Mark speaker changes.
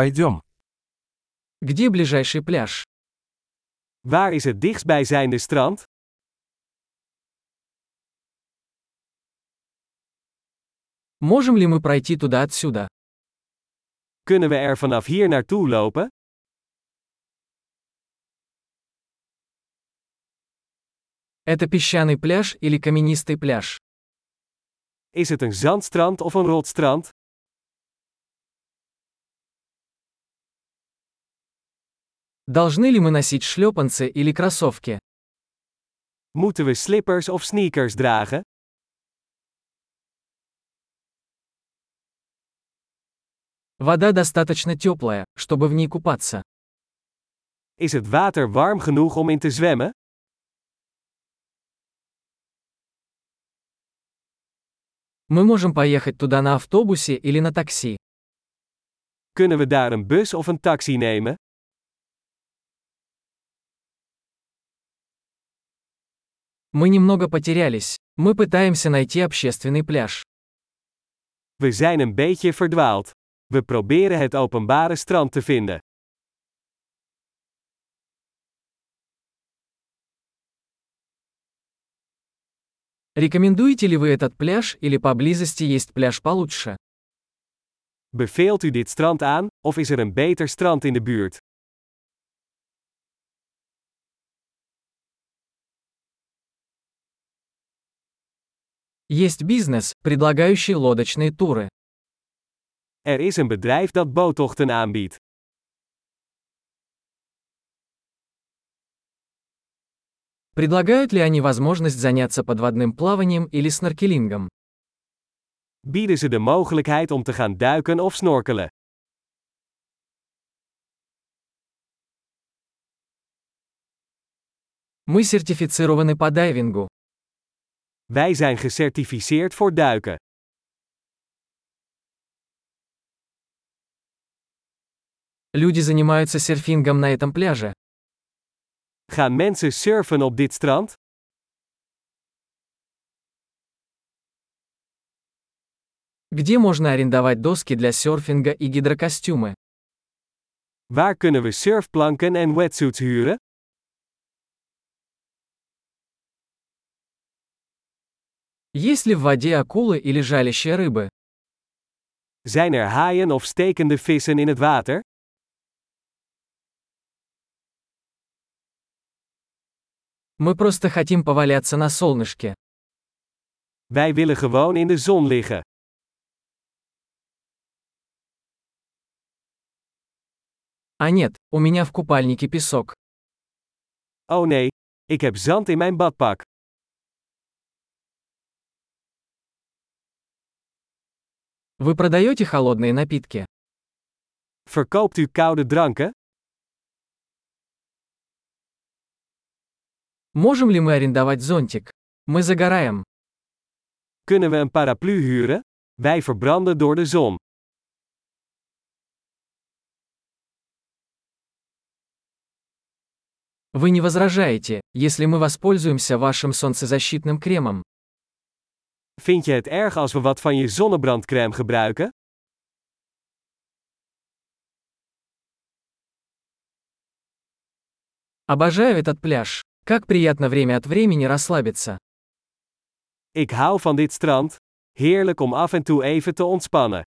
Speaker 1: Пойдем.
Speaker 2: Где ближайший пляж?
Speaker 3: Waar is het dichtstbijzijnde strand?
Speaker 2: Можем ли мы пройти туда отсюда?
Speaker 3: Kunnen we er vanaf hier naartoe lopen?
Speaker 2: Это песчаный пляж или каменистый пляж?
Speaker 3: Is het een zandstrand of een rotstrand?
Speaker 2: Должны ли мы носить шлепанцы или кроссовки?
Speaker 3: Moeten we slippers of sneakers dragen?
Speaker 2: Вода достаточно теплая, чтобы в ней купаться.
Speaker 3: Is het water warm genoeg om in te zwemmen?
Speaker 2: Мы можем поехать туда на автобусе или на такси.
Speaker 3: Kunnen we daar een bus of een taxi nemen?
Speaker 2: Мы немного потерялись. Мы пытаемся найти общественный пляж.
Speaker 3: We zijn een beetje verdwaald. We proberen het openbare strand te vinden.
Speaker 2: Рекомендуете ли вы этот пляж или поблизости есть пляж получше?
Speaker 3: Beveelt u dit strand aan, of is er een beter strand in de buurt?
Speaker 2: Есть бизнес, предлагающий лодочные туры.
Speaker 3: Er is een bedrijf dat boottochten aanbiedt.
Speaker 2: Предлагают ли они возможность заняться подводным плаванием или сноркелингом?
Speaker 3: Bieden ze de mogelijkheid om te gaan duiken of snorkelen?
Speaker 2: Мы сертифицированы по дайвингу.
Speaker 3: Wij zijn gecertificeerd voor duiken.
Speaker 2: Люди занимаются серфингом на этом пляже.
Speaker 3: Gaan mensen surfen op dit strand?
Speaker 2: Где можно арендовать доски для серфинга и гидрокостюмы?
Speaker 3: Waar kunnen we surfplanken en wetsuits huren?
Speaker 2: Есть ли в воде акулы или жалящие рыбы?
Speaker 3: Zijn er haaien of stekende vissen in het water?
Speaker 2: Мы просто хотим поваляться на солнышке.
Speaker 3: Wij willen gewoon in de zon liggen.
Speaker 2: А нет, у меня в купальнике песок.
Speaker 3: Oh nee, ik heb zand in mijn badpak.
Speaker 2: Вы продаете холодные напитки?
Speaker 3: Verkoopt u koude dranken?
Speaker 2: Можем ли мы арендовать зонтик? Мы загораем.
Speaker 3: Kunnen we een paraplu huren? Wij verbranden door de zon.
Speaker 2: Вы не возражаете, если мы воспользуемся вашим солнцезащитным кремом.
Speaker 3: Vind je het erg als we wat van je zonnebrandcrème gebruiken?
Speaker 2: Обожаю этот пляж. Как приятно время от времени расслабиться.
Speaker 3: Ik hou van dit strand. Heerlijk om af en toe even te ontspannen.